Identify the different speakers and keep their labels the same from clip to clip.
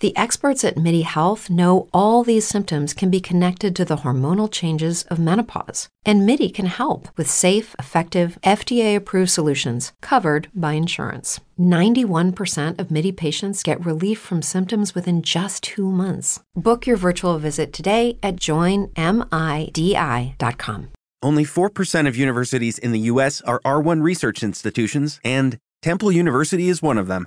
Speaker 1: The experts at MIDI Health know all these symptoms can be connected to the hormonal changes of menopause, and MIDI can help with safe, effective, FDA approved solutions covered by insurance. 91% of MIDI patients get relief from symptoms within just two months. Book your virtual visit today at joinmidi.com.
Speaker 2: Only 4% of universities in the U.S. are R1 research institutions, and Temple University is one of them.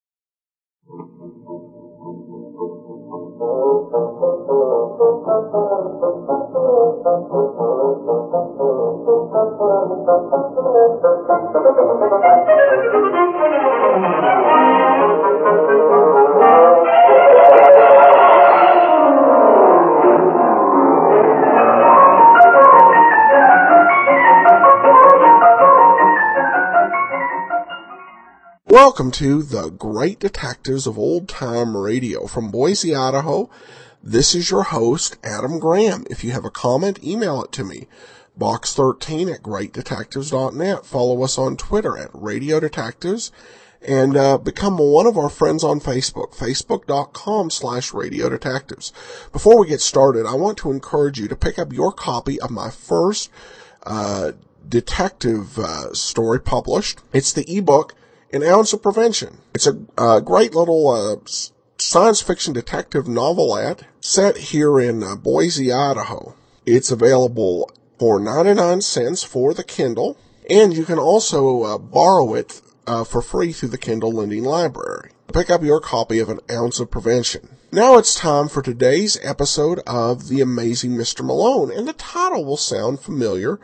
Speaker 3: Welcome to the Great Detectives of Old Time Radio from Boise, Idaho. This is your host, Adam Graham. If you have a comment, email it to me. Box13 at greatdetectives.net. Follow us on Twitter at Radio Detectives and uh, become one of our friends on Facebook, facebook.com slash radio detectives. Before we get started, I want to encourage you to pick up your copy of my first uh, detective uh, story published. It's the ebook, An Ounce of Prevention. It's a uh, great little uh, s- science fiction detective novelette set here in uh, Boise, Idaho. It's available for 99 cents for the Kindle, and you can also uh, borrow it uh, for free through the Kindle Lending Library. Pick up your copy of An Ounce of Prevention. Now it's time for today's episode of The Amazing Mr. Malone, and the title will sound familiar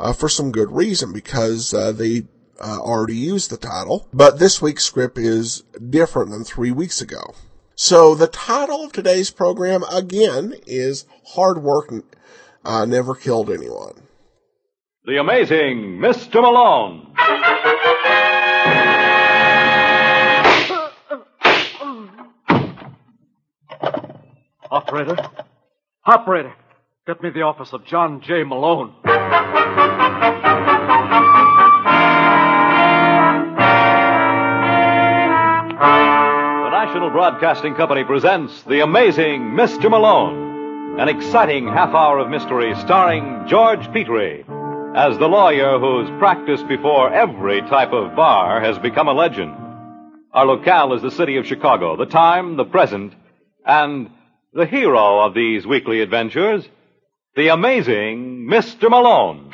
Speaker 3: uh, for some good reason because uh, they uh, already used the title, but this week's script is different than three weeks ago. So the title of today's program again is Hard Work uh, Never Killed Anyone.
Speaker 4: The amazing Mr. Malone.
Speaker 5: Operator? Operator! Get me the office of John J. Malone.
Speaker 4: The National Broadcasting Company presents The Amazing Mr. Malone, an exciting half hour of mystery starring George Petrie as the lawyer whose practice before every type of bar has become a legend. Our locale is the city of Chicago, the time, the present, and the hero of these weekly adventures, the amazing Mr. Malone.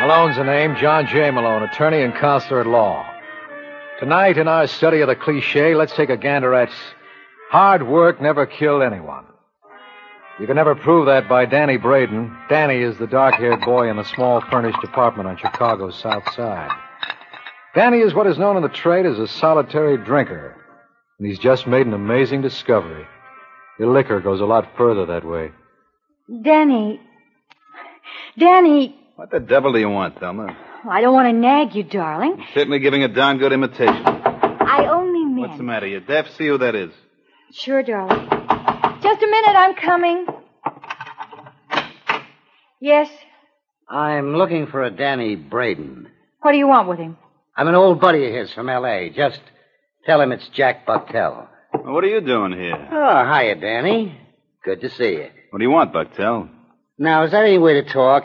Speaker 6: Malone's the name, John J. Malone, attorney and counselor at law. Tonight, in our study of the cliche, let's take a gander at hard work never killed anyone. You can never prove that by Danny Braden. Danny is the dark haired boy in the small furnished apartment on Chicago's South Side. Danny is what is known in the trade as a solitary drinker, and he's just made an amazing discovery. The liquor goes a lot further that way.
Speaker 7: Danny. Danny,
Speaker 8: What the devil do you want, Thelma?
Speaker 7: I don't want to nag you, darling.
Speaker 8: Certainly giving a darn good imitation.
Speaker 7: I only meant.
Speaker 8: What's the matter? You deaf? See who that is.
Speaker 7: Sure, darling. Just a minute, I'm coming. Yes.
Speaker 9: I'm looking for a Danny Braden.
Speaker 7: What do you want with him?
Speaker 9: I'm an old buddy of his from L.A. Just tell him it's Jack Bucktel.
Speaker 8: Well, what are you doing here?
Speaker 9: Oh, hiya, Danny. Good to see you.
Speaker 8: What do you want, Bucktel?
Speaker 9: Now, is that any way to talk?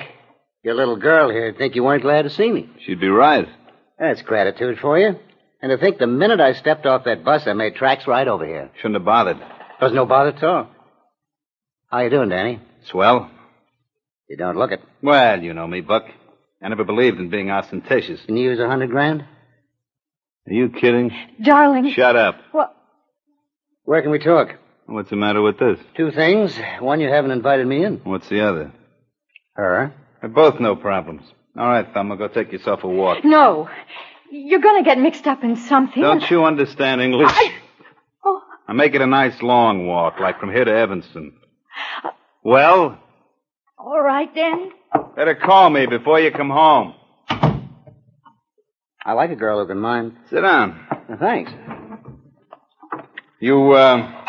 Speaker 9: Your little girl here'd think you weren't glad to see me.
Speaker 8: She'd be right.
Speaker 9: That's gratitude for you. And to think the minute I stepped off that bus, I made tracks right over here.
Speaker 8: Shouldn't have bothered.
Speaker 9: Wasn't no bother at all. How you doing, Danny?
Speaker 8: Swell?
Speaker 9: You don't look it.
Speaker 8: Well, you know me, Buck. I never believed in being ostentatious.
Speaker 9: Can you use a hundred grand?
Speaker 8: Are you kidding?
Speaker 7: Darling.
Speaker 8: Shut up.
Speaker 7: Well,
Speaker 9: Where can we talk?
Speaker 8: What's the matter with this?
Speaker 9: Two things. One, you haven't invited me in.
Speaker 8: What's the other?
Speaker 9: Her?
Speaker 8: They're both no problems. All right, Thelma, go take yourself a walk.
Speaker 7: No. You're going to get mixed up in something.
Speaker 8: Don't you understand English?
Speaker 7: I- Oh,
Speaker 8: I make it a nice long walk, like from here to Evanston.
Speaker 9: Uh,
Speaker 8: Well,
Speaker 7: all right then.
Speaker 8: better call me before you come home.
Speaker 9: I like a girl who can mind.
Speaker 8: Sit down.
Speaker 9: Thanks.
Speaker 8: You, uh,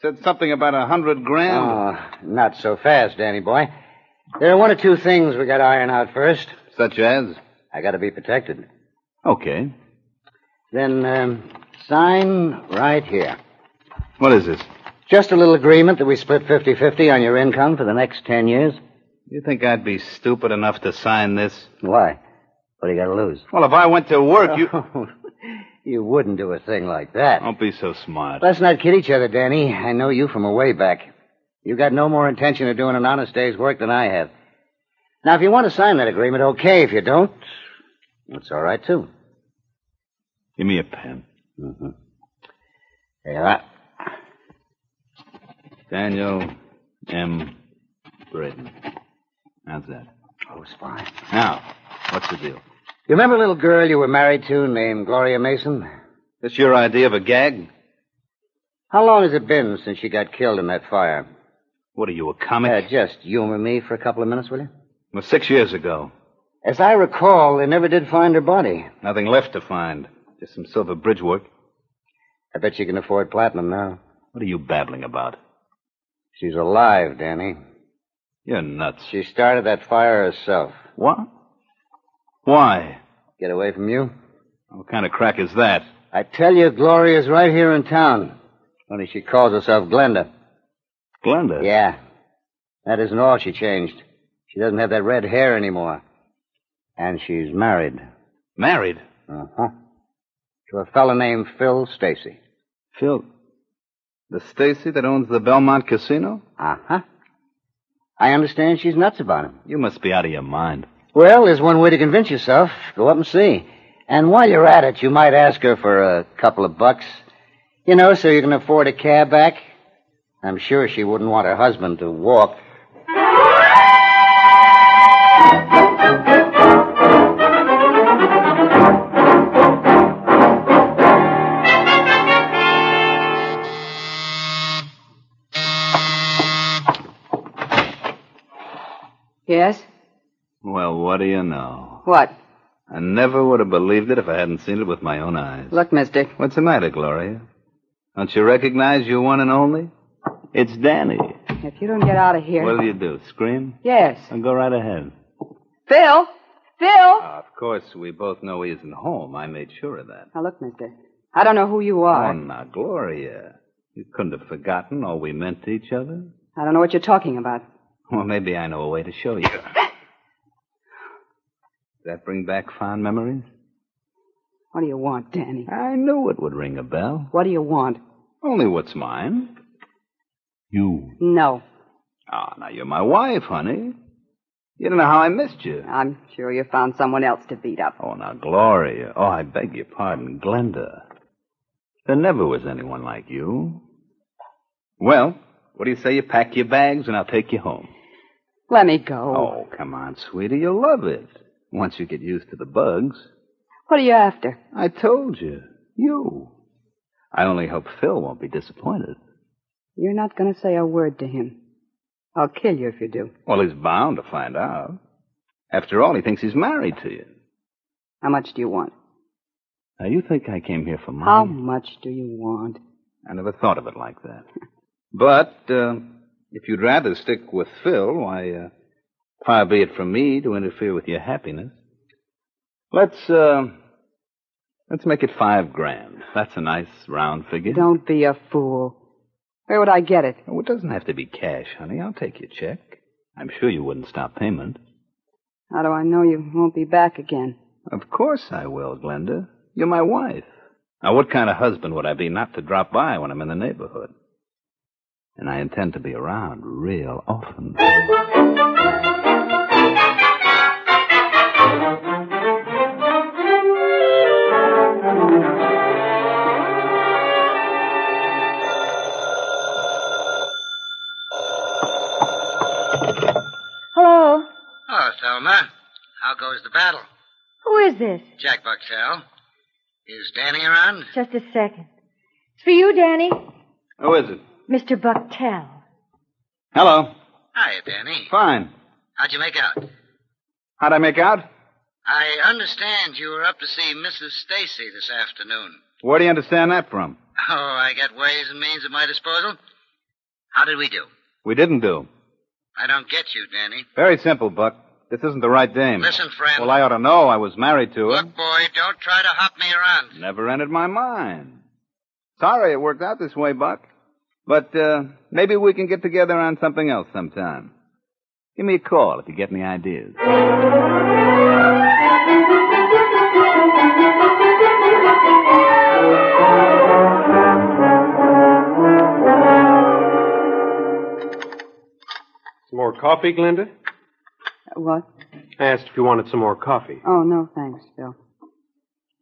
Speaker 8: said something about a hundred grand?
Speaker 9: Oh, not so fast, Danny boy. There are one or two things we gotta iron out first.
Speaker 8: Such as?
Speaker 9: I gotta be protected.
Speaker 8: Okay.
Speaker 9: Then, um, sign right here.
Speaker 8: What is this?
Speaker 9: Just a little agreement that we split 50 50 on your income for the next 10 years.
Speaker 8: You think I'd be stupid enough to sign this?
Speaker 9: Why? What do you gotta lose?
Speaker 8: Well, if I went to work, you.
Speaker 9: Oh, you wouldn't do a thing like that.
Speaker 8: Don't be so smart.
Speaker 9: Let's not kid each other, Danny. I know you from a way back. You got no more intention of doing an honest day's work than I have. Now, if you want to sign that agreement, okay. If you don't, it's all right, too.
Speaker 8: Give me a pen.
Speaker 9: Mm-hmm. There you are.
Speaker 8: Daniel M. Britton. How's that?
Speaker 9: Oh, it's fine.
Speaker 8: Now, what's the deal?
Speaker 9: You remember a little girl you were married to named Gloria Mason?
Speaker 8: This your idea of a gag?
Speaker 9: How long has it been since she got killed in that fire?
Speaker 8: What are you, a comic?
Speaker 9: Uh, just humor me for a couple of minutes, will you?
Speaker 8: Well, six years ago.
Speaker 9: As I recall, they never did find her body.
Speaker 8: Nothing left to find. Just some silver bridge work.
Speaker 9: I bet you can afford platinum now.
Speaker 8: What are you babbling about?
Speaker 9: She's alive, Danny.
Speaker 8: You're nuts.
Speaker 9: She started that fire herself.
Speaker 8: What? Why?
Speaker 9: Get away from you?
Speaker 8: What kind of crack is that?
Speaker 9: I tell you, Gloria's right here in town. Only she calls herself Glenda.
Speaker 8: Glenda.
Speaker 9: Yeah. That isn't all she changed. She doesn't have that red hair anymore. And she's married.
Speaker 8: Married.
Speaker 9: Uh huh. To a fellow named Phil Stacy.
Speaker 8: Phil. The Stacy that owns the Belmont Casino?
Speaker 9: Uh huh. I understand she's nuts about him.
Speaker 8: You must be out of your mind.
Speaker 9: Well, there's one way to convince yourself. Go up and see. And while you're at it, you might ask her for a couple of bucks. You know, so you can afford a cab back. I'm sure she wouldn't want her husband to walk.
Speaker 10: Yes?
Speaker 8: Well, what do you know?
Speaker 10: What?
Speaker 8: I never would have believed it if I hadn't seen it with my own eyes.
Speaker 10: Look, mister.
Speaker 8: What's the matter, Gloria? Don't you recognize your one and only? It's Danny.
Speaker 10: If you don't get out of here.
Speaker 8: What'll you do? Scream?
Speaker 10: Yes.
Speaker 8: Then go right ahead.
Speaker 10: Phil? Phil?
Speaker 8: of course, we both know he isn't home. I made sure of that.
Speaker 10: Now, look, mister. I don't know who you
Speaker 8: Oh,
Speaker 10: are.
Speaker 8: now, Gloria. uh, You couldn't have forgotten all we meant to each other.
Speaker 10: I don't know what you're talking about.
Speaker 8: Well, maybe I know a way to show you. Does that bring back fond memories?
Speaker 10: What do you want, Danny?
Speaker 8: I knew it would ring a bell.
Speaker 10: What do you want?
Speaker 8: Only what's mine? You.
Speaker 10: No.
Speaker 8: Ah, now you're my wife, honey. You don't know how I missed you.
Speaker 10: I'm sure you found someone else to beat up.
Speaker 8: Oh, now, Gloria. Oh, I beg your pardon, Glenda. There never was anyone like you. Well, what do you say you pack your bags and I'll take you home?
Speaker 10: Let me go.
Speaker 8: Oh, come on, sweetie. You'll love it. Once you get used to the bugs.
Speaker 10: What are you after?
Speaker 8: I told you. You. I only hope Phil won't be disappointed.
Speaker 10: You're not going to say a word to him. I'll kill you if you do.
Speaker 8: Well, he's bound to find out. After all, he thinks he's married to you.
Speaker 10: How much do you want?
Speaker 8: Now, you think I came here for money?
Speaker 10: How much do you want?
Speaker 8: I never thought of it like that. But uh, if you'd rather stick with Phil, why, uh, far be it from me to interfere with your happiness. Let's uh, let's make it five grand. That's a nice round figure.
Speaker 10: Don't be a fool. Where would I get it?
Speaker 8: Oh, it doesn't have to be cash, honey. I'll take your check. I'm sure you wouldn't stop payment.
Speaker 10: How do I know you won't be back again?
Speaker 8: Of course I will, Glenda. You're my wife. Now, what kind of husband would I be not to drop by when I'm in the neighborhood? And I intend to be around real often.
Speaker 7: Hello.
Speaker 9: Oh, Thelma. How goes the battle?
Speaker 7: Who is this?
Speaker 9: Jack Buxell. Is Danny around?
Speaker 7: Just a second. It's for you, Danny.
Speaker 8: Who is it?
Speaker 7: Mr. Bucktel.
Speaker 8: Hello.
Speaker 9: Hiya, Danny.
Speaker 8: Fine.
Speaker 9: How'd you make out?
Speaker 8: How'd I make out?
Speaker 9: I understand you were up to see Mrs. Stacy this afternoon.
Speaker 8: Where do you understand that from?
Speaker 9: Oh, I got ways and means at my disposal. How did we do?
Speaker 8: We didn't do.
Speaker 9: I don't get you, Danny.
Speaker 8: Very simple, Buck. This isn't the right dame.
Speaker 9: Listen, friend.
Speaker 8: Well, I ought to know. I was married to her.
Speaker 9: Look, boy, don't try to hop me around.
Speaker 8: Never entered my mind. Sorry it worked out this way, Buck. But uh, maybe we can get together on something else sometime. Give me a call if you get any ideas.
Speaker 11: Some more coffee, Glinda?
Speaker 10: What?
Speaker 11: I asked if you wanted some more coffee.
Speaker 10: Oh, no, thanks, Bill.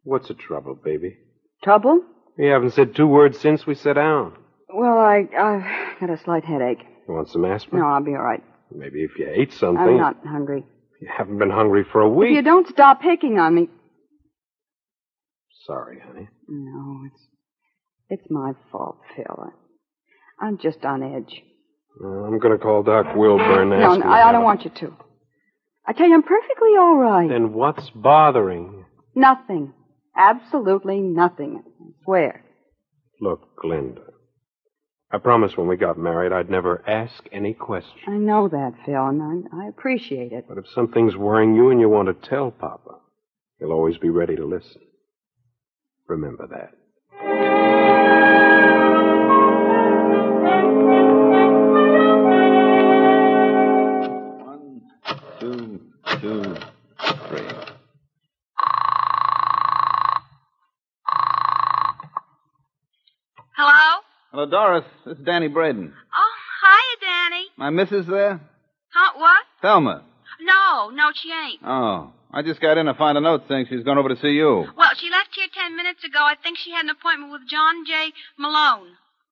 Speaker 11: What's the trouble, baby?
Speaker 10: Trouble?
Speaker 11: You haven't said two words since we sat down.
Speaker 10: Well, I, I've got a slight headache.
Speaker 11: You want some aspirin?
Speaker 10: No, I'll be all right.
Speaker 11: Maybe if you ate something.
Speaker 10: I'm not hungry.
Speaker 11: You haven't been hungry for a
Speaker 10: If
Speaker 11: week.
Speaker 10: you don't stop picking on me.
Speaker 11: Sorry, honey.
Speaker 10: No, it's it's my fault, Phil. I- I'm just on edge.
Speaker 11: Well, Uh, I'm going to call Doc Wilbur and
Speaker 10: no,
Speaker 11: ask
Speaker 10: no,
Speaker 11: him
Speaker 10: I, I
Speaker 11: about
Speaker 10: don't
Speaker 11: it.
Speaker 10: want you to. I tell you, I'm perfectly all right.
Speaker 11: Then what's bothering you?
Speaker 10: Nothing. Absolutely nothing. I swear.
Speaker 11: Look, Glinda. I promised when we got married I'd never ask any questions.
Speaker 10: I know that, Phil, and I, I appreciate it.
Speaker 11: But if something's worrying you and you want to tell Papa, he'll always be ready to listen. Remember that.
Speaker 8: Two, two, three.
Speaker 12: Hello?
Speaker 8: Hello, Doris. This is Danny Braden.
Speaker 12: Oh, hiya, Danny.
Speaker 8: My missus there?
Speaker 12: Huh, what?
Speaker 8: Thelma.
Speaker 12: No, no, she ain't.
Speaker 8: Oh, I just got in to find a note saying she's gone over to see you.
Speaker 12: Well, she left here ten minutes ago. I think she had an appointment with John J. Malone.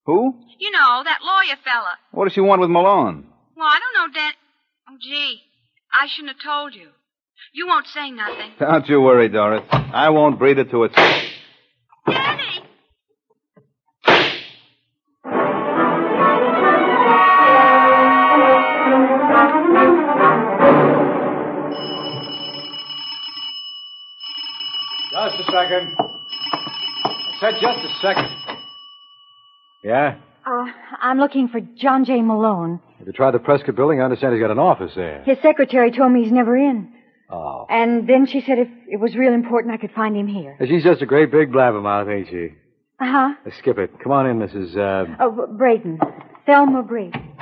Speaker 8: Who?
Speaker 12: You know, that lawyer fella.
Speaker 8: What does she want with Malone?
Speaker 12: Well, I don't know, Dan. Oh, gee. I shouldn't have told you. You won't say nothing.
Speaker 8: Don't you worry, Doris. I won't breathe it to it.
Speaker 6: Just a second. I said just a second. Yeah?
Speaker 7: Uh, I'm looking for John J. Malone.
Speaker 6: Have you tried the Prescott building? I understand he's got an office there.
Speaker 7: His secretary told me he's never in.
Speaker 6: Oh.
Speaker 7: And then she said if it was real important, I could find him here.
Speaker 6: She's just a great big blabbermouth, ain't she?
Speaker 7: Uh-huh.
Speaker 6: Let's Skip it. Come on in, Mrs. Uh,
Speaker 7: Oh, B- Braden. Thelma Braden.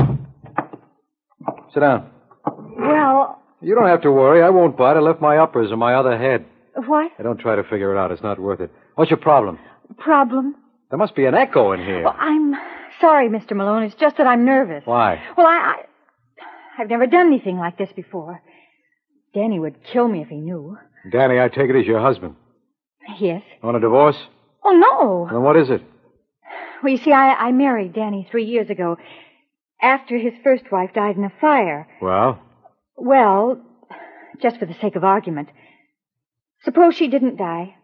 Speaker 6: sit down.
Speaker 7: Well,
Speaker 6: You don't have to worry. I won't bite. I left my uppers in my other head.
Speaker 7: what
Speaker 6: I don't try to figure it out. It's not worth it. What's your problem?
Speaker 7: problem?
Speaker 6: There must be an echo in here.
Speaker 7: Well, I'm sorry, Mr. Malone. It's just that I'm nervous.
Speaker 6: Why?
Speaker 7: Well, I, I, I've never done anything like this before. Danny would kill me if he knew.
Speaker 6: Danny, I take it as your husband.
Speaker 7: Yes.
Speaker 6: Want a divorce?
Speaker 7: Oh, no.
Speaker 6: Then what is it?
Speaker 7: Well, you see, I, I married Danny three years ago after his first wife died in a fire.
Speaker 6: Well,
Speaker 7: Well, just for the sake of argument, suppose she didn't die.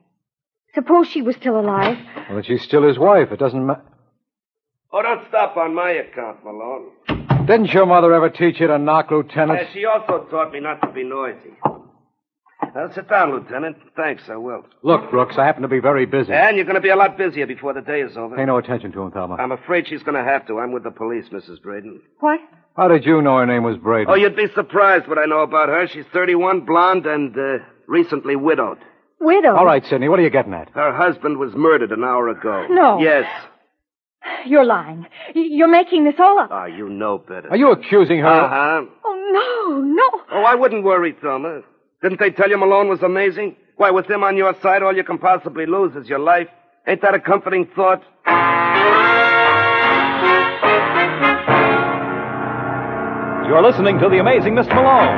Speaker 7: Suppose she was still alive.
Speaker 6: well then she's still his wife. It doesn't matter.
Speaker 13: Oh, don't stop on my account, Malone.
Speaker 6: Didn't your mother ever teach you to knock, Lieutenant?
Speaker 13: Uh, she also taught me not to be noisy. Well, sit down, Eh, Lieutenant. Thanks, I will.
Speaker 6: Look, Brooks, I happen to be very busy.
Speaker 13: And you're going to be a lot busier before the day is over.
Speaker 6: Pay no attention to him, Thelma.
Speaker 13: I'm afraid she's going to have to. I'm with the police, Mrs. Braden.
Speaker 7: What?
Speaker 6: How did you know her name was Braden?
Speaker 13: Oh, you'd be surprised what I know about her. She's 31, blonde, and uh, recently widowed.
Speaker 7: Widow.
Speaker 6: All right, Sidney, what are you getting at?
Speaker 13: Her husband was murdered an hour ago.
Speaker 7: No.
Speaker 13: Yes.
Speaker 7: You're lying. Y- You're making this all up.
Speaker 13: Ah, you know better.
Speaker 6: Are you accusing her?
Speaker 13: Uh huh.
Speaker 7: Oh, no, no.
Speaker 13: Oh, I wouldn't worry, Thelma. Didn't they tell you Malone was amazing? Why, with him on your side, all you can possibly lose is your life. Ain't that a comforting thought?
Speaker 4: You're listening to The Amazing Mr. Malone.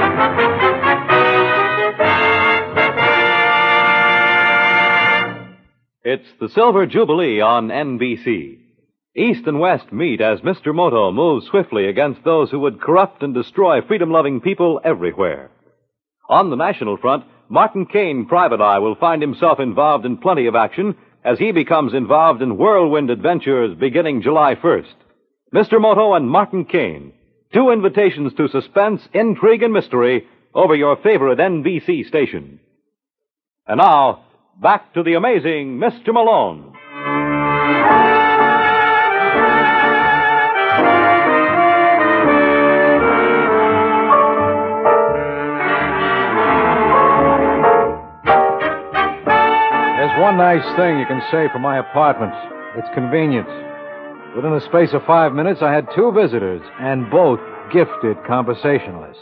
Speaker 4: It's the Silver Jubilee on NBC. East and West meet as Mr. Moto moves swiftly against those who would corrupt and destroy freedom loving people everywhere. On the national front, Martin Kane, Private Eye, will find himself involved in plenty of action as he becomes involved in whirlwind adventures beginning July 1st. Mr. Moto and Martin Kane, two invitations to suspense, intrigue, and mystery over your favorite NBC station. And now, back to the amazing Mr. Malone.
Speaker 6: There's one nice thing you can say for my apartment. It's convenience. Within the space of five minutes, I had two visitors, and both gifted conversationalists.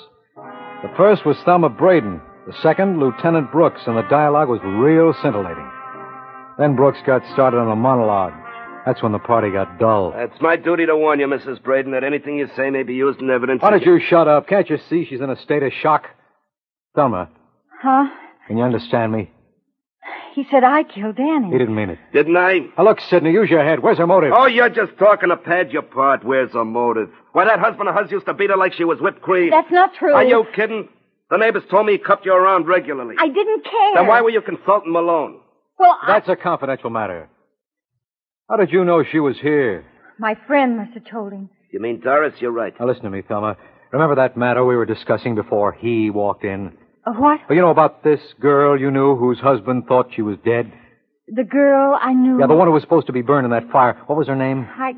Speaker 6: The first was Thelma Braden, the second, Lieutenant Brooks, and the dialogue was real scintillating. Then Brooks got started on a monologue. That's when the party got dull.
Speaker 13: It's my duty to warn you, Mrs. Braden, that anything you say may be used in evidence.
Speaker 6: Why don't you shut up? Can't you see she's in a state of shock? Thelma,
Speaker 7: Huh?
Speaker 6: can you understand me?
Speaker 7: He said I killed Danny.
Speaker 6: He didn't mean it.
Speaker 13: Didn't I?
Speaker 6: Now look, Sidney, use your head. Where's her motive?
Speaker 13: Oh, you're just talking to pad your part. Where's her motive? Why, that husband of hers used to beat her like she was whipped cream.
Speaker 7: That's not true.
Speaker 13: Are you kidding? The neighbors told me he cupped you around regularly.
Speaker 7: I didn't care.
Speaker 13: Then why were you consulting Malone?
Speaker 7: Well, I...
Speaker 6: That's a confidential matter. How did you know she was here?
Speaker 7: my friend must have told him.
Speaker 13: You mean Doris? You're right.
Speaker 6: Now listen to me, Thelma. Remember that matter we were discussing before he walked in?
Speaker 7: Uh, what?
Speaker 6: Well, you know about this girl you knew whose husband thought she was dead?
Speaker 7: The girl I knew.
Speaker 6: Yeah, the one who was supposed to be burned in that fire. What was her name?
Speaker 7: I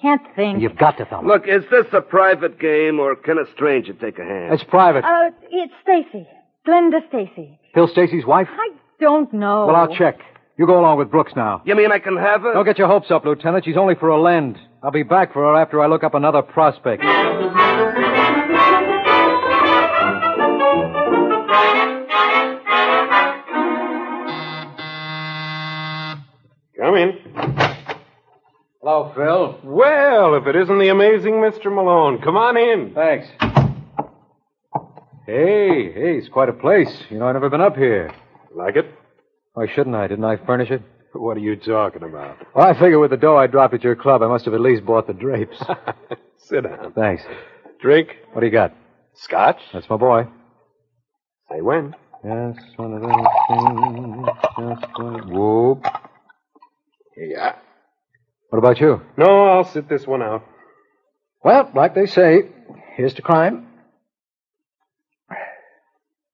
Speaker 7: can't think.
Speaker 6: You've got to, Thelma.
Speaker 13: Look, is this a private game or can a stranger take a hand?
Speaker 6: It's private.
Speaker 7: Uh, it's Stacy. Glenda Stacy.
Speaker 6: Phil Stacy's wife?
Speaker 7: I don't know.
Speaker 6: Well, I'll check. You go along with Brooks now.
Speaker 13: You mean I can have her?
Speaker 6: Don't get your hopes up, Lieutenant. She's only for a lend. I'll be back for her after I look up another prospect.
Speaker 11: Come in.
Speaker 6: Hello, Phil.
Speaker 11: Well, if it isn't the amazing Mr. Malone, come on in.
Speaker 6: Thanks. Hey, hey, it's quite a place. You know, I've never been up here.
Speaker 11: Like it?
Speaker 6: Why shouldn't I? Didn't I furnish it?
Speaker 11: What are you talking about?
Speaker 6: Well, I figure with the dough I dropped at your club, I must have at least bought the drapes.
Speaker 11: Sit down.
Speaker 6: Thanks.
Speaker 11: Drink.
Speaker 6: What do you got?
Speaker 11: Scotch.
Speaker 6: That's my boy.
Speaker 11: Say when.
Speaker 6: Yes, one of those things. Just one. Whoop.
Speaker 11: Yeah.
Speaker 6: What about you?
Speaker 11: No, I'll sit this one out.
Speaker 6: Well, like they say, here's to crime.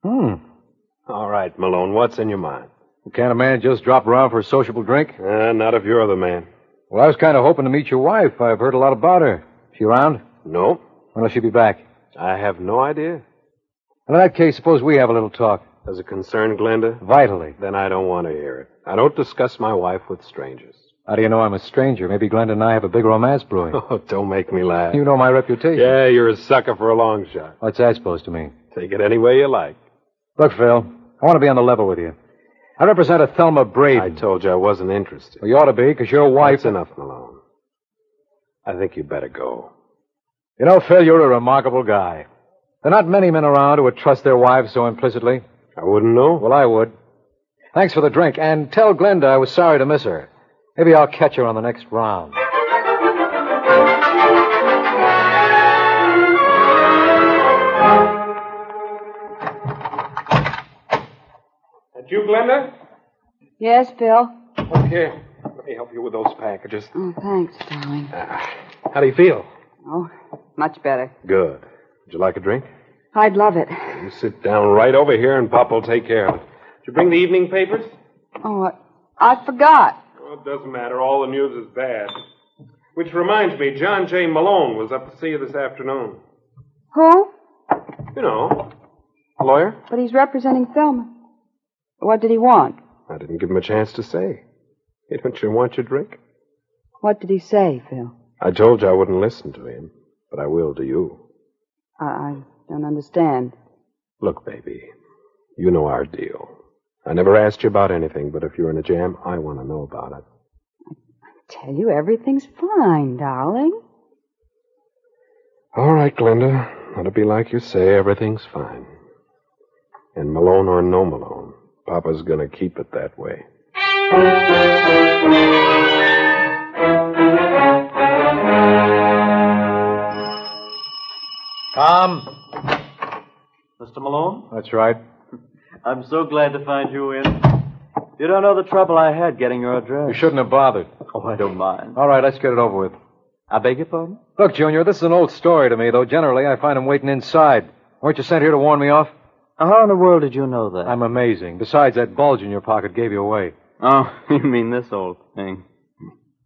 Speaker 6: Hmm.
Speaker 11: All right, Malone, what's in your mind?
Speaker 6: Can't a man just drop around for a sociable drink?
Speaker 11: Uh, not if you're the man.
Speaker 6: Well, I was kind of hoping to meet your wife. I've heard a lot about her. She around?
Speaker 11: No,
Speaker 6: When will she be back?
Speaker 11: I have no idea.
Speaker 6: In that case, suppose we have a little talk.
Speaker 11: Does it concern Glenda?
Speaker 6: Vitally.
Speaker 11: Then I don't want to hear it. I don't discuss my wife with strangers.
Speaker 6: How do you know I'm a stranger? Maybe Glenda and I have a big romance brewing.
Speaker 11: Oh, don't make me laugh.
Speaker 6: You know my reputation.
Speaker 11: Yeah, you're a sucker for a long shot.
Speaker 6: What's that supposed to mean?
Speaker 11: Take it any way you like.
Speaker 6: Look, Phil, I want to be on the level with you. I represent a Thelma
Speaker 11: I
Speaker 6: Braden.
Speaker 11: told you I wasn't interested.
Speaker 6: Well, you ought to be, because your wife.
Speaker 11: That's enough, Malone. I think you better go.
Speaker 6: You know, Phil, you're a remarkable guy. There are not many men around who would trust their wives so implicitly.
Speaker 11: I wouldn't know.
Speaker 6: Well, I would. Thanks for the drink, and tell Glenda I was sorry to miss her. Maybe I'll catch her on the next round.
Speaker 11: That you, Glenda?
Speaker 10: Yes, Bill?
Speaker 11: Okay. Let me help you with those packages.
Speaker 10: Oh, thanks, darling.
Speaker 11: How do you feel?
Speaker 10: Oh, much better.
Speaker 11: Good. Would you like a drink?
Speaker 10: I'd love it.
Speaker 11: You sit down right over here, and Pop will take care of it. Did you bring the evening papers?
Speaker 10: Oh, I, I forgot.
Speaker 11: Oh, it doesn't matter. All the news is bad. Which reminds me, John J. Malone was up to see you this afternoon.
Speaker 10: Who?
Speaker 11: You know, a lawyer.
Speaker 10: But he's representing Thelma. What did he want?
Speaker 11: I didn't give him a chance to say. Hey, don't you want your drink?
Speaker 10: What did he say, Phil?
Speaker 11: I told you I wouldn't listen to him, but I will to you.
Speaker 10: I, I don't understand.
Speaker 11: Look, baby, you know our deal. I never asked you about anything, but if you're in a jam, I want to know about it.
Speaker 10: Tell you everything's fine, darling.
Speaker 11: All right, Glenda. Let it be like you say. Everything's fine. And Malone or no Malone, Papa's going to keep it that way.
Speaker 6: Tom?
Speaker 14: Mr. Malone,
Speaker 6: That's right.
Speaker 14: I'm so glad to find you in. You don't know the trouble I had getting your address.
Speaker 6: You shouldn't have bothered.
Speaker 14: Oh, I don't mind.
Speaker 6: All right, let's get it over with.
Speaker 14: I beg your pardon?
Speaker 6: Look, Junior, this is an old story to me, though generally I find him waiting inside. Weren't you sent here to warn me off?
Speaker 14: Uh, How in the world did you know that?
Speaker 6: I'm amazing. Besides, that bulge in your pocket gave you away.
Speaker 14: Oh, you mean this old thing?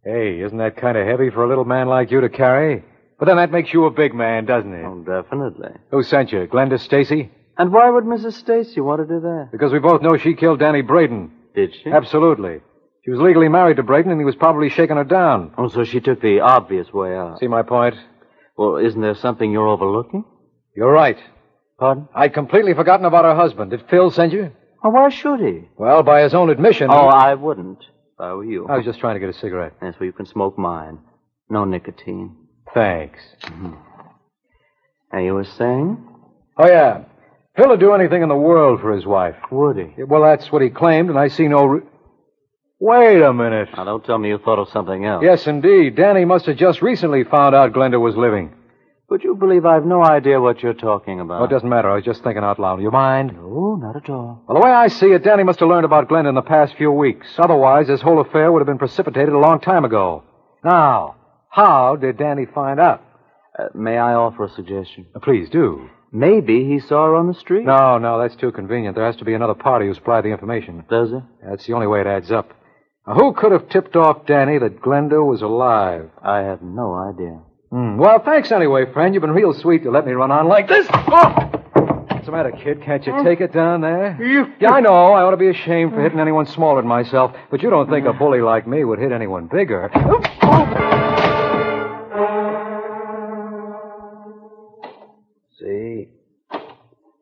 Speaker 6: Hey, isn't that kind of heavy for a little man like you to carry? But then that makes you a big man, doesn't it? Oh,
Speaker 14: definitely.
Speaker 6: Who sent you? Glenda Stacy?
Speaker 14: And why would Mrs. Stacy want to do that?
Speaker 6: Because we both know she killed Danny Braden.
Speaker 14: Did she?
Speaker 6: Absolutely. She was legally married to Braden, and he was probably shaking her down.
Speaker 14: Oh, so she took the obvious way out.
Speaker 6: See my point?
Speaker 14: Well, isn't there something you're overlooking?
Speaker 6: You're right.
Speaker 14: Pardon?
Speaker 6: I'd completely forgotten about her husband. Did Phil send you?
Speaker 14: Oh, why should he?
Speaker 6: Well, by his own admission.
Speaker 14: Oh, I wouldn't if I were you.
Speaker 6: I was just trying to get a cigarette.
Speaker 14: Yes, well, you can smoke mine. No nicotine.
Speaker 6: Thanks.
Speaker 14: And you were saying?
Speaker 6: Oh, yeah. Phil would do anything in the world for his wife.
Speaker 14: Would he?
Speaker 6: Yeah, Well, that's what he claimed, and I see no. Re- Wait a minute.
Speaker 14: Now, don't tell me you thought of something else.
Speaker 6: Yes, indeed. Danny must have just recently found out Glenda was living.
Speaker 14: Would you believe I've no idea what you're talking
Speaker 6: Oh, it
Speaker 14: about?
Speaker 6: doesn't matter. I was just thinking out loud. You mind?
Speaker 14: Oh, No, not at all.
Speaker 6: Well, the way I see it, Danny must have learned about Glenda in the past few weeks. Otherwise, this whole affair would have been precipitated a long time ago. Now, how did Danny find out?
Speaker 14: Uh, may I offer a suggestion?
Speaker 6: uh, Please do.
Speaker 14: Maybe he saw her on the street.
Speaker 6: No, no, that's too convenient. There has to be another party who supplied the information.
Speaker 14: Does it?
Speaker 6: That's the only way it adds up. Now, who could have tipped off Danny that Glenda was alive?
Speaker 14: I have no idea.
Speaker 6: Hmm. Well, thanks anyway, friend. You've been real sweet to let me run on like this. Oh! What's the matter, kid? Can't you take it down there? Yeah, I know. I ought to be ashamed for hitting anyone smaller than myself, but you don't think a bully like me would hit anyone bigger.
Speaker 13: C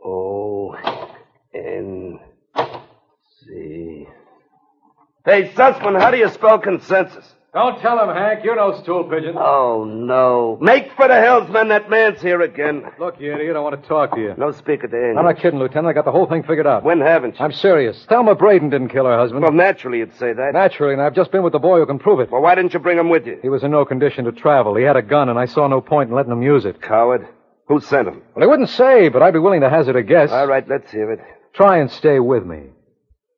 Speaker 13: O N C. Hey, Sussman, how do you spell consensus?
Speaker 6: Don't tell him, Hank. You're no stool pigeon.
Speaker 13: Oh, no. Make for the hills, men. That man's here again.
Speaker 6: Look, you idiot. I want to talk to you.
Speaker 13: No speaker to
Speaker 6: I'm not kidding, Lieutenant. I got the whole thing figured out.
Speaker 13: When haven't you?
Speaker 6: I'm serious. Thelma Braden didn't kill her husband.
Speaker 13: Well, naturally you'd say that.
Speaker 6: Naturally, and I've just been with the boy who can prove it.
Speaker 13: Well, why didn't you bring him with you?
Speaker 6: He was in no condition to travel. He had a gun, and I saw no point in letting him use it.
Speaker 13: Coward. Who sent him?
Speaker 6: Well, he wouldn't say, but I'd be willing to hazard a guess.
Speaker 13: All right, let's hear it.
Speaker 6: Try and stay with me.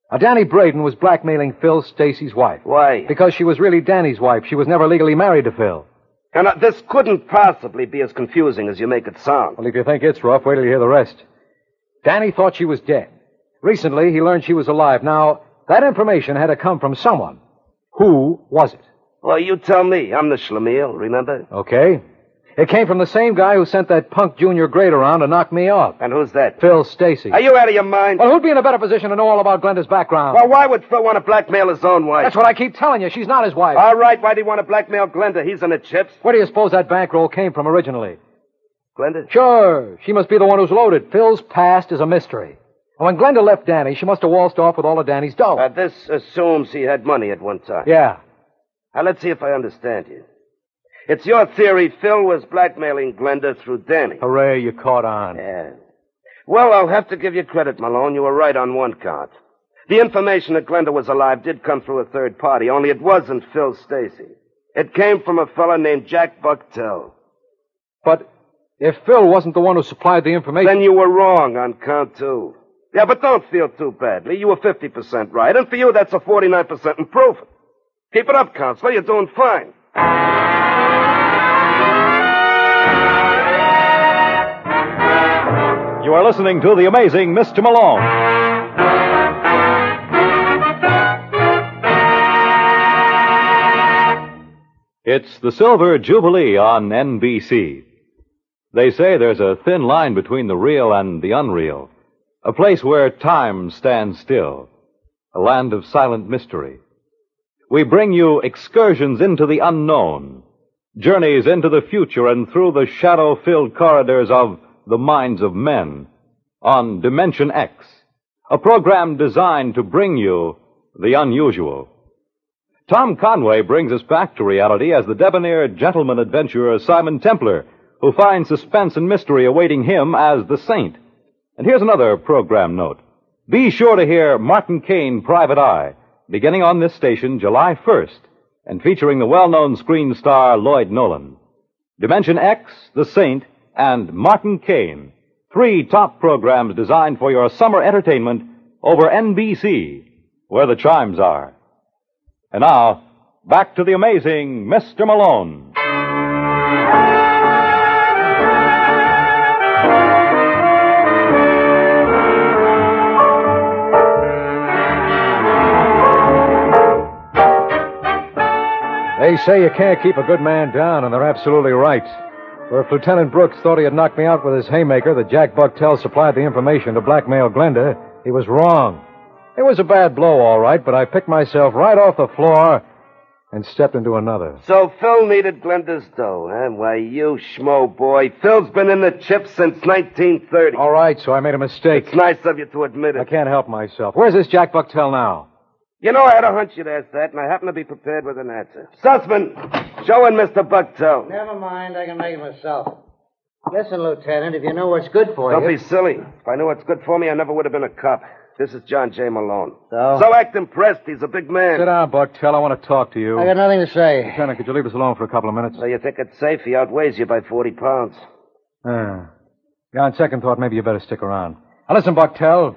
Speaker 6: Now, Danny Braden was blackmailing Phil Stacy's wife.
Speaker 13: Why?
Speaker 6: Because she was really Danny's wife. She was never legally married to Phil.
Speaker 13: Now, now, this couldn't possibly be as confusing as you make it sound.
Speaker 6: Well, if you think it's rough, wait till you hear the rest. Danny thought she was dead. Recently, he learned she was alive. Now, that information had to come from someone. Who was it?
Speaker 13: Well, you tell me. I'm the schlemiel, remember?
Speaker 6: Okay. It came from the same guy who sent that punk junior grade around to knock me off.
Speaker 13: And who's that?
Speaker 6: Phil Stacy.
Speaker 13: Are you out of your mind?
Speaker 6: Well, who'd be in a better position to know all about Glenda's background?
Speaker 13: Well, why would Phil want to blackmail his own wife?
Speaker 6: That's what I keep telling you. She's not his wife.
Speaker 13: All right, why do you want to blackmail Glenda? He's in the chips.
Speaker 6: Where do you suppose that bankroll came from originally?
Speaker 13: Glenda?
Speaker 6: Sure, she must be the one who's loaded. Phil's past is a mystery. And when Glenda left Danny, she must have waltzed off with all of Danny's dough.
Speaker 13: Uh, this assumes he had money at one time.
Speaker 6: yeah.
Speaker 13: Now, let's see if I understand you. It's your theory Phil was blackmailing Glenda through Danny.
Speaker 6: Hooray, you caught on.
Speaker 13: Yeah. Well, I'll have to give you credit, Malone. You were right on one count. The information that Glenda was alive did come through a third party, only it wasn't Phil Stacy. It came from a fella named Jack Bucktel.
Speaker 6: But if Phil wasn't the one who supplied the information.
Speaker 13: Then you were wrong on count two. Yeah, but don't feel too badly. You were 50% right, and for you, that's a 49% improvement. Keep it up, Counselor. You're doing fine.
Speaker 4: You are listening to The Amazing Mr. Malone. It's the Silver Jubilee on NBC. They say there's a thin line between the real and the unreal, a place where time stands still, a land of silent mystery. We bring you excursions into the unknown, journeys into the future and through the shadow filled corridors of the minds of men on Dimension X, a program designed to bring you the unusual. Tom Conway brings us back to reality as the debonair gentleman adventurer Simon Templar, who finds suspense and mystery awaiting him as the saint. And here's another program note. Be sure to hear Martin Kane Private Eye, beginning on this station July 1st, and featuring the well-known screen star Lloyd Nolan. Dimension X, The Saint, and Martin Kane. Three top programs designed for your summer entertainment over NBC, where the chimes are. And now, back to the amazing Mr. Malone.
Speaker 6: They say you can't keep a good man down, and they're absolutely right. For if Lieutenant Brooks thought he had knocked me out with his haymaker that Jack Bucktel supplied the information to blackmail Glenda, he was wrong. It was a bad blow, all right, but I picked myself right off the floor and stepped into another.
Speaker 13: So Phil needed Glenda's dough, huh? Why, you schmo boy. Phil's been in the chips since 1930.
Speaker 6: All right, so I made a mistake.
Speaker 13: It's nice of you to admit it.
Speaker 6: I can't help myself. Where's this Jack Bucktel now?
Speaker 13: You know, I had a hunch you'd ask that, and I happen to be prepared with an answer. Sussman, show in Mr. Bucktel.
Speaker 9: Never mind. I can make it myself. Listen, Lieutenant, if you know what's good for
Speaker 13: Don't
Speaker 9: you.
Speaker 13: be silly. If I knew what's good for me, I never would have been a cop. This is John J. Malone.
Speaker 9: So?
Speaker 13: So act impressed. He's a big man.
Speaker 6: Sit down, Bucktel. I want to talk to you.
Speaker 9: I got nothing to say.
Speaker 6: Lieutenant, could you leave us alone for a couple of minutes?
Speaker 13: So you think it's safe? He outweighs you by 40 pounds.
Speaker 6: Ah. yeah, on second thought, maybe you better stick around. Now, listen, Bucktel.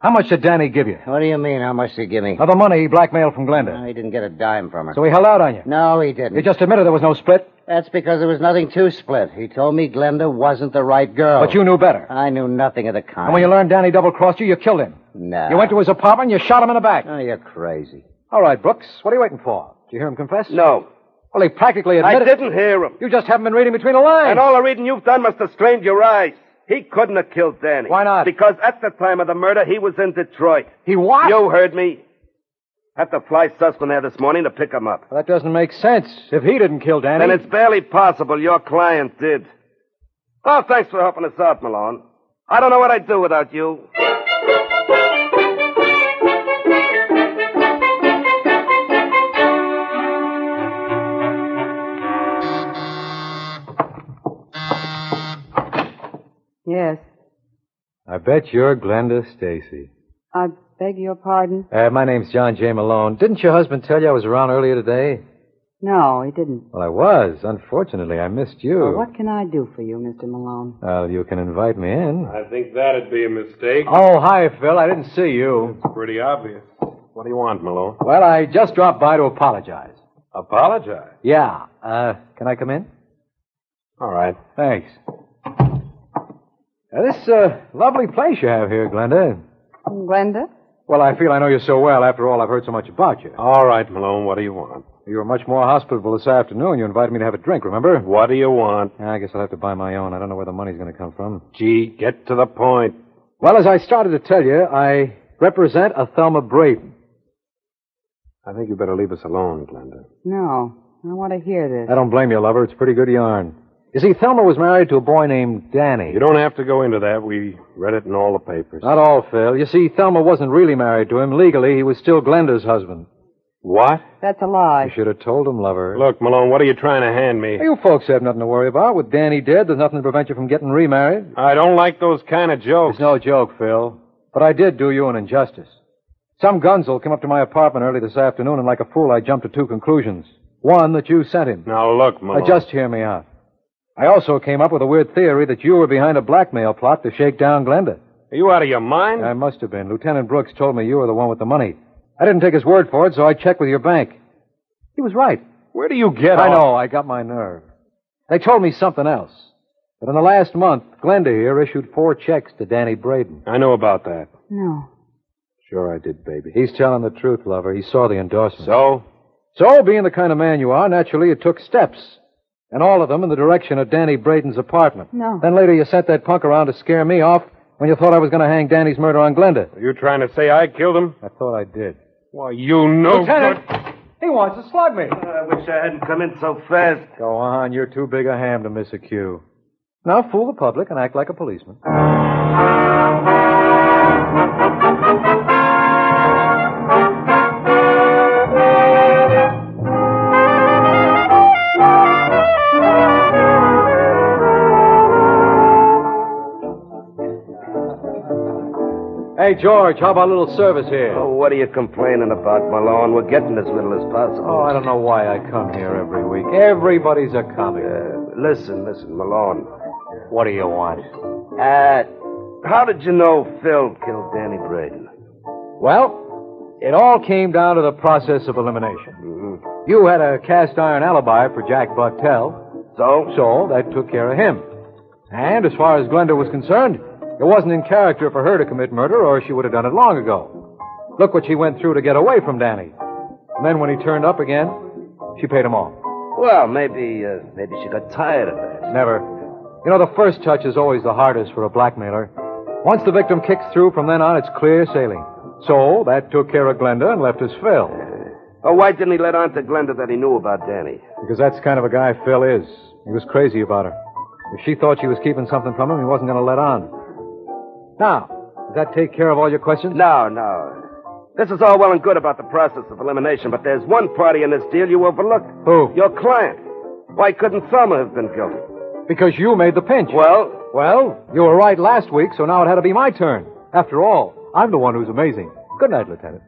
Speaker 6: How much did Danny give you?
Speaker 9: What do you mean? How much did he give me?
Speaker 6: Now, the money he blackmailed from Glenda.
Speaker 9: No, he didn't get a dime from her.
Speaker 6: So he held out on you.
Speaker 9: No, he didn't.
Speaker 6: You just admitted there was no split,
Speaker 9: That's because there was nothing to split. He told me Glenda wasn't the right girl.
Speaker 6: but you knew better.
Speaker 9: I knew nothing of the kind.
Speaker 6: And when you learned Danny double crossed you, you killed him.
Speaker 9: No.
Speaker 6: You went to his apartment and you shot him in the back.
Speaker 9: Oh, you're crazy.
Speaker 6: All right, Brooks, what are you waiting for? Did you hear him confess?
Speaker 13: No.
Speaker 6: Well, he practically
Speaker 13: I
Speaker 6: admitted.
Speaker 13: didn't hear him.
Speaker 6: You just haven't been reading between the lines.
Speaker 13: And all the reading you've done must have strained your eyes. He couldn't have killed Danny.
Speaker 6: Why not?
Speaker 13: Because at the time of the murder, he was in Detroit.
Speaker 6: He what?
Speaker 13: You heard me. Have to fly Sussman there this morning to pick him up.
Speaker 6: Well, that doesn't make sense. If he didn't kill Danny.
Speaker 13: And it's barely possible your client did. Well, thanks for helping us out, Malone. I don't know what I'd do without you.
Speaker 10: Yes.
Speaker 6: I bet you're Glenda Stacy.
Speaker 10: I beg your pardon?
Speaker 6: Uh, my name's John J. Malone. Didn't your husband tell you I was around earlier today?
Speaker 10: No, he didn't.
Speaker 6: Well, I was. Unfortunately, I missed you.
Speaker 10: Well, what can I do for you, Mr. Malone?
Speaker 6: Well, you can invite me in.
Speaker 11: I think that'd be a mistake.
Speaker 6: Oh, hi, Phil. I didn't see you.
Speaker 11: Pretty obvious. What do you want, Malone?
Speaker 6: Well, I just dropped by to apologize.
Speaker 11: Apologize.
Speaker 6: Yeah. Uh, can I come in?
Speaker 11: All right.
Speaker 6: Thanks. Now, this uh, lovely place you have here, Glenda.
Speaker 10: Glenda?
Speaker 6: Well, I feel I know you so well. After all, I've heard so much about you.
Speaker 11: All right, Malone. What do you want?
Speaker 6: You were much more hospitable this afternoon. You invited me to have a drink, remember?
Speaker 11: What do you want?
Speaker 6: I guess I'll have to buy my own. I don't know where the money's going to come from.
Speaker 11: Gee, get to the point.
Speaker 6: Well, as I started to tell you, I represent a Thelma Braden.
Speaker 11: I think you better leave us alone, Glenda.
Speaker 10: No. I want to hear this.
Speaker 6: I don't blame you, lover. It's pretty good yarn. You see, Thelma was married to a boy named Danny.
Speaker 11: You don't have to go into that. We read it in all the papers.
Speaker 6: Not all, Phil. You see, Thelma wasn't really married to him. Legally, he was still Glenda's husband.
Speaker 11: What?
Speaker 10: That's a
Speaker 6: I
Speaker 10: lie.
Speaker 6: should have told him, lover.
Speaker 11: Look, Malone, what are you trying to hand me?
Speaker 6: You folks have nothing to worry about. With Danny dead, there's nothing to prevent you from getting remarried.
Speaker 11: I don't like those kind of jokes.
Speaker 6: It's no joke, Phil. But I did do you an injustice. Some gunzel came up to my apartment early this afternoon, and like a fool, I jumped to two conclusions. One, that you sent him.
Speaker 11: Now, look,
Speaker 6: Now,
Speaker 11: Malone.
Speaker 6: just hear me out. I also came up with a weird theory that you were behind a blackmail plot to shake down Glenda.
Speaker 11: Are you out of your mind?
Speaker 6: I must have been. Lieutenant Brooks told me you were the one with the money. I didn't take his word for it, so I checked with your bank. He was right.
Speaker 11: Where do you get
Speaker 6: I
Speaker 11: all-
Speaker 6: know, I got my nerve. They told me something else. But in the last month, Glenda here issued four checks to Danny Braden.
Speaker 11: I know about that.
Speaker 10: No.
Speaker 11: Sure, I did, baby.
Speaker 6: He's telling the truth, lover. He saw the endorsement.
Speaker 11: So?
Speaker 6: So, being the kind of man you are, naturally you took steps. And all of them in the direction of Danny Braden's apartment.
Speaker 10: No.
Speaker 6: Then later you sent that punk around to scare me off when you thought I was going to hang Danny's murder on Glenda.
Speaker 11: Are you trying to say I killed him?
Speaker 6: I thought I did.
Speaker 11: Why, you know.
Speaker 6: Lieutenant, he wants to slug me.
Speaker 13: Uh, I wish I hadn't come in so fast.
Speaker 6: Go on, you're too big a ham to miss a cue. Now fool the public and act like a policeman. Hey, George, how about a little service here?
Speaker 13: Oh, what are you complaining about, Malone? We're getting as little as possible.
Speaker 6: Oh, I don't know why I come here every week. Everybody's a comic.
Speaker 13: Uh, listen, listen, Malone.
Speaker 6: What do you want?
Speaker 13: Uh, how did you know Phil killed Danny Braden?
Speaker 6: Well, it all came down to the process of elimination. You had a cast iron alibi for Jack Bartell.
Speaker 13: So?
Speaker 6: So that took care of him. And as far as Glenda was concerned, it wasn't in character for her to commit murder, or she would have done it long ago. Look what she went through to get away from Danny. And then when he turned up again, she paid him off.
Speaker 13: Well, maybe, uh, maybe she got tired of that.
Speaker 6: Never. You know, the first touch is always the hardest for a blackmailer. Once the victim kicks through, from then on, it's clear sailing. So that took care of Glenda and left us Phil.
Speaker 13: Oh, why didn't he let on to Glenda that he knew about Danny?
Speaker 6: Because that's the kind of a guy Phil is. He was crazy about her. If she thought she was keeping something from him, he wasn't going to let on. Now, does that take care of all your questions?
Speaker 13: No, no. This is all well and good about the process of elimination, but there's one party in this deal you overlooked.
Speaker 6: Who?
Speaker 13: Your client. Why couldn't Thelma have been guilty?
Speaker 6: Because you made the pinch.
Speaker 13: Well?
Speaker 6: Well, you were right last week, so now it had to be my turn. After all, I'm the one who's amazing. Good night, Lieutenant.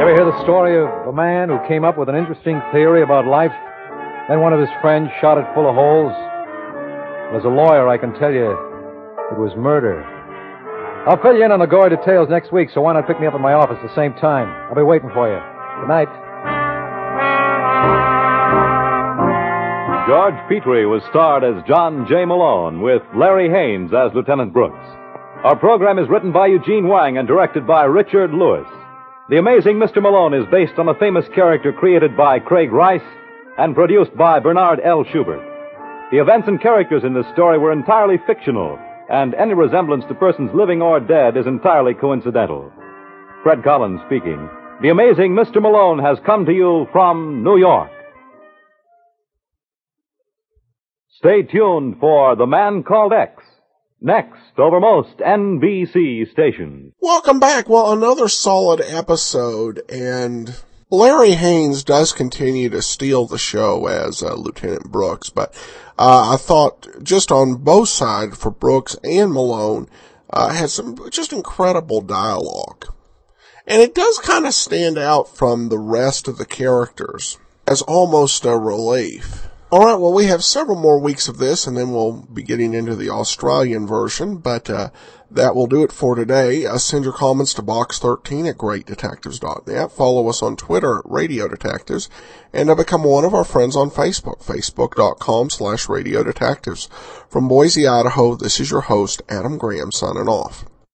Speaker 6: Ever hear the story of a man who came up with an interesting theory about life? Then one of his friends shot it full of holes. As a lawyer, I can tell you it was murder. I'll fill you in on the gory details next week, so why not pick me up at my office the same time? I'll be waiting for you. Good night.
Speaker 4: George Petrie was starred as John J. Malone with Larry Haynes as Lieutenant Brooks. Our program is written by Eugene Wang and directed by Richard Lewis. The Amazing Mr. Malone is based on a famous character created by Craig Rice and produced by Bernard L. Schubert. The events and characters in this story were entirely fictional, and any resemblance to persons living or dead is entirely coincidental. Fred Collins speaking. The Amazing Mr. Malone has come to you from New York. Stay tuned for The Man Called X, next over most NBC stations.
Speaker 3: Welcome back. Well, another solid episode, and Larry Haynes does continue to steal the show as uh, Lieutenant Brooks, but uh, I thought just on both sides for Brooks and Malone uh, had some just incredible dialogue. And it does kind of stand out from the rest of the characters as almost a relief. All right, well, we have several more weeks of this, and then we'll be getting into the Australian version, but uh, that will do it for today. Uh, send your comments to box13 at greatdetectives.net. Follow us on Twitter at Radio Detectives, and uh, become one of our friends on Facebook, facebook.com slash Radio Detectives. From Boise, Idaho, this is your host, Adam Graham, signing off.